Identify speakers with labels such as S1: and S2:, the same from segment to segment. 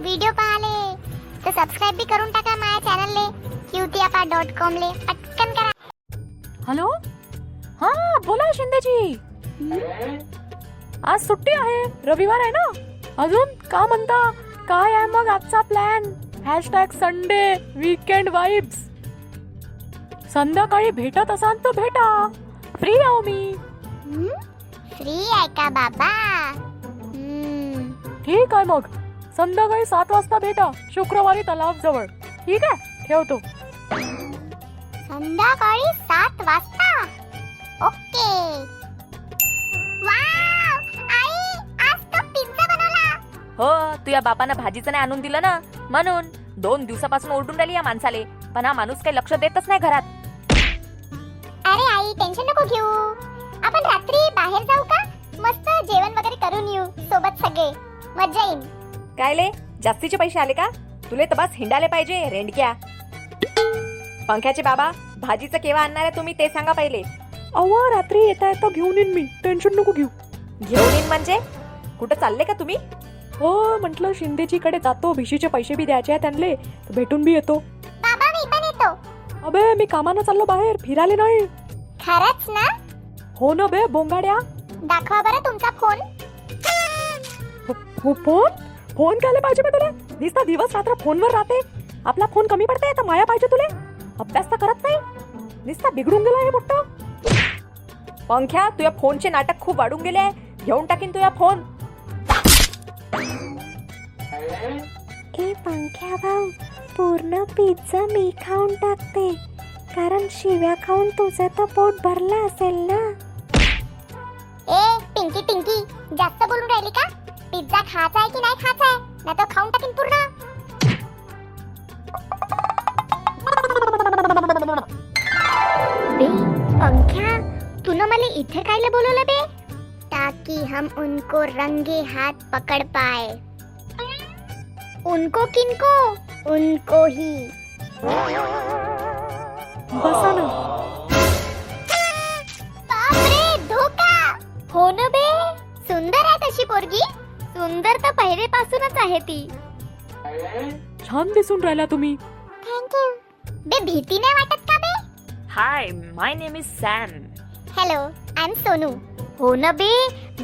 S1: Video पाहाले तर subscribe बी करून टाका माझ्या चॅनलले क्यूतियापा डॉट कॉमले पटकन करा
S2: हॅलो हा बोला शिंदेजी आज सुट्टी आहे रविवार आहे ना अजून का म्हणता काय आहे मग आजचा plan hashtag Sunday weekend vibes संध्याकाळी भेटत असाल तर भेटा फ्री आहो मी
S1: फ्री आहे का बाबा हम्म.
S2: ठीक आहे मग संध्याकाळी सात वाजता भेटा शुक्रवारी तलाव जवळ ठीक आहे ठेवतो
S1: संध्याकाळी सात वाजता ओके वाव आई आज तो पिझ्झा बनवला
S3: हो तुझ्या बापानं भाजीचं नाही आणून दिलं ना म्हणून दोन दिवसापासून ओरडून राहिली या माणसाले पण हा माणूस काही लक्ष देतच नाही घरात
S1: अरे आई टेन्शन नको घेऊ आपण रात्री बाहेर जाऊ का मस्त जेवण वगैरे करून येऊ सोबत सगळे मजा येईल
S3: काय ले जास्तीचे पैसे आले का तुले तर बस हिंडाले पाहिजे रेंडक्या पंख्याचे बाबा भाजीचं केव्हा आणणार आहे तुम्ही ते सांगा पहिले
S2: अव रात्री येता येता घेऊन येईन मी टेन्शन नको घेऊ
S3: घेऊन येईन म्हणजे कुठं चालले का तुम्ही
S2: हो म्हटलं शिंदेजीकडे जातो भिशीचे पैसे बी द्यायचे आहे त्यांना तर भेटून बी येतो
S1: बाबा मी पण येतो
S2: अबे मी कामानं चाललो बाहेर फिराले नाही
S1: खरंच ना
S2: हो ना बे बोंगाड्या
S1: दाखवा बरं तुमचा फोन
S2: हो फोन फोन घ्यायला पाहिजे बे तुला दिसता दिवस रात्र फोनवर राहते आपला फोन कमी पडते तर माया पाहिजे तुले अभ्यास तर करत नाही दिसता बिघडून गेला हे मोठं
S3: पंख्या तुझ्या फोनचे नाटक खूप वाढून गेले आहे घेऊन टाकीन तुझा फोन
S4: ए पंख्या भाऊ पूर्ण पिझ्झा मी खाऊन टाकते कारण शिव्या खाऊन तुझं तर पोट भरलं असेल ना
S1: ए पिंकी पिंकी जास्त बोलून राहिली का पिझ्झा खायचा आहे की नाही खायचा आहे नाही तो खाऊन टाकीन पूर्ण बे पंख्या तूने मला इथे कायले बोलवलं बे ताकि हम उनको रंगे हाथ पकड़ पाए उनको किनको उनको ही
S2: बसा ना
S1: बापरे धोका हो ना बे सुंदर आहे तशी पोरगी सुंदर तर पहिरेपासूनच आहे ती
S2: छान दिसून राहिला तुम्ही
S1: थँक्यू बे भीती नाही वाटत का बे
S3: hi my name is Sam
S1: hello I am Sonu हो ना बे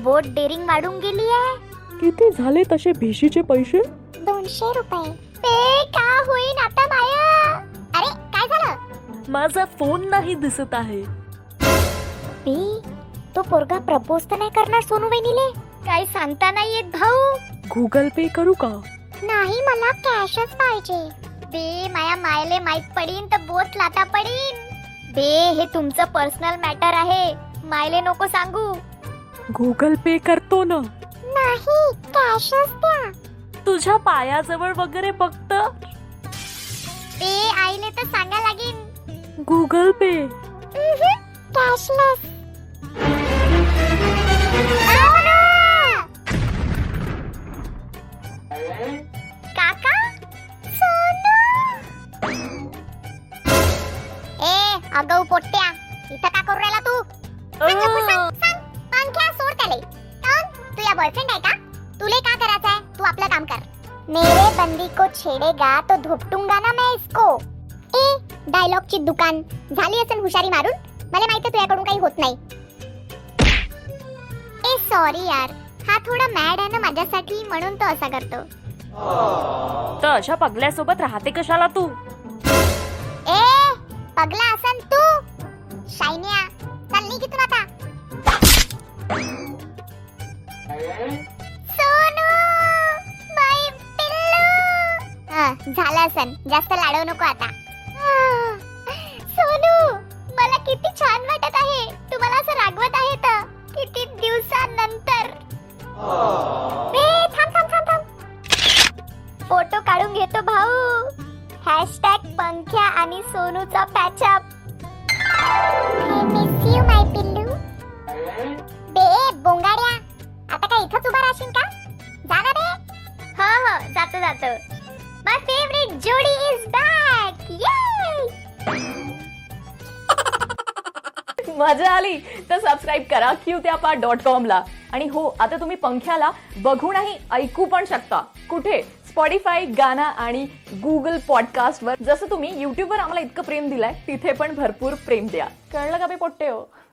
S1: बोट डेअरिंग वाढून गेली आहे
S2: किती झाले तसे भिशीचे पैसे
S1: दोनशे रुपये ते का होईन आता माया अरे काय झालं
S3: माझा फोन नाही दिसत आहे
S1: बे तो पोरगा प्रपोज तर नाही करणार सोनू बहिणीले काय सांगता नाही येत भाऊ
S2: गुगल पे करू का
S1: नाही मला कॅशच पाहिजे बे माया मायले माहित पडीन तर बोस लाता पडीन बे हे तुमचं पर्सनल मॅटर आहे मायले नको सांगू
S2: गुगल पे करतो ना
S1: नाही कॅशच द्या
S3: तुझ्या पायाजवळ वगैरे फक्त
S1: बे आईले तर सांगा लागेन
S2: गुगल पे
S1: कॅशलेस काका सोनू ए अगं पोट्ट्या इथं का करू राहिला तू सांग लवकर, सांग, सांग. पंख्या सोड त्याले काऊन तुझा बॉयफ्रेंड आहे का तुले का करायचं आहे तू आपलं काम कर मेरे बंदी को छेड़ेगा तो धुपटूंगा ना मैं इसको ए डायलॉगची दुकान झाली असेल हुशारी मारून मला माहिती आहे तुझ्याकडून काही होत नाही ए सॉरी यार हा थोडा मॅड आहे ना माझ्यासाठी म्हणून तो असा करतो
S3: तर अशा पगल्यासोबत राहते कशाला तू
S1: ए पगला असन तू शायनिया चल निघ इथून आता सोनू बाई पिल्लू हा, झालं असन जास्त लाडवू नको आता आह, सोनू मला किती छान वाटत आहे तुम्हाला असं रागवत आहे तर किती दिवसानंतर बे, थांब थांब थांब थांब फोटो काढून घेतो भाऊ हॅशटॅग पंख्या आणि सोनूचा पॅचअप बे बोंगाड्या आता काय इथंच उभा राहशील का जा ना बे हो हो जातो जातो माय फेवरेट जोडी इज बॅक ये
S2: मजा आली तर सबस्क्राईब करा क्यू त्यापा डॉट कॉमला आणि हो आता तुम्ही पंख्याला बघूनही ऐकू पण शकता कुठे स्पॉटीफाय गाना आणि गुगल पॉडकास्टवर जसं तुम्ही युट्यूबवर आम्हाला इतकं प्रेम दिलाय तिथे पण भरपूर प्रेम द्या कळलं का बे पोट्टे हो